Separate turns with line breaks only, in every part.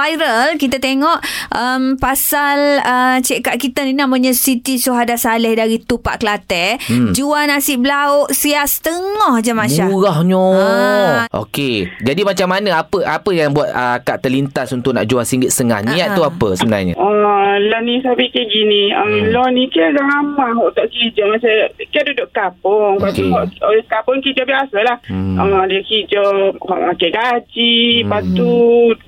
viral kita tengok um, pasal uh, cik kak kita ni namanya Siti Suhada Saleh dari Tupak Kelate hmm. jual nasi belauk siap setengah je Masya Ah.
Murahnya. Okey. Jadi macam mana apa apa yang buat uh, Kak terlintas untuk nak jual RM1.5? Niat
Ah.
tu apa sebenarnya?
Ah, lah ni saya fikir gini. Ah,
Hmm.
Lah ni kan ramah hok tak kerja. Macam kan duduk kampung.
Okey.
Okay. Orang kampung kerja biasa lah.
Hmm.
Hmm. Ah, dia kerja hok makan gaji.
Hmm.
Hmm. Lepas tu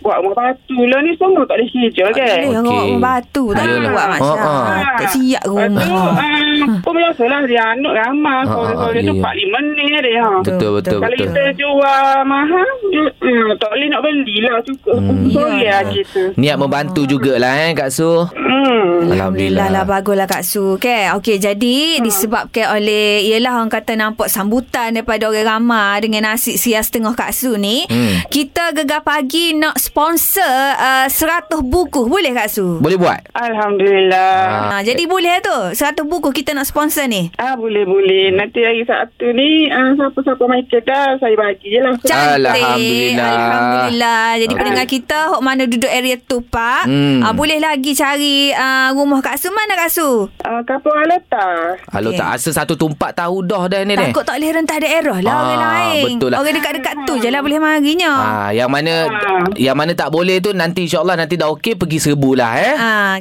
buat rumah batu. Lah ni semua tak ada kerja
Ah,
tak
kan.
boleh
Okey.
okay. orang batu tak boleh
Yelah.
buat Masya
Ha, ha.
tak siap ke
Lepas tu,
rumah
ah, pun biasalah dia anak
Ah,
ramah.
ah,
Sore-sore
ah,
tu
ya, ya.
45 menit dia. ha.
Betul, betul,
Kalau
betul.
kita jual mahal, dia- hmm, tak boleh nak beli lah. Cukup.
Hmm.
Sorry
Ya.
lah kita.
Niat membantu jugalah eh Kak Su.
Hmm.
Alhamdulillah lah baguslah Kak Su okay? Okey jadi ha. disebabkan oleh ialah orang kata nampak sambutan daripada orang ramai dengan nasi sias tengah Kak Su ni
Hmm.
kita gegar pagi nak sponsor uh, 100 buku boleh Kak Su?
Boleh buat?
Alhamdulillah.
Ah,
Ha, jadi boleh tu 100 buku kita nak sponsor ni.
Ah boleh boleh. Nanti hari Sabtu ni ah, siapa-siapa main kedai saya bagi je lah.
Cantik.
Alhamdulillah.
Alhamdulillah. Jadi
Okey.
pendengar kita hok mana duduk area Tupak,
Hmm.
hmm. boleh lagi cari ah, rumah Kak Su mana Kak Su?
Ah, kapur Alata.
Halo
Okey.
tak asa satu tumpak tahu dah dah ni deh.
Takut tak boleh rentas daerah lah
Ah,
orang lain.
betul lah.
Orang dekat-dekat tu je lah boleh marinya.
Ah, yang mana
Ah.
yang mana tak boleh tu nanti insyaallah nanti dah okey pergi serbu lah eh.
Ah,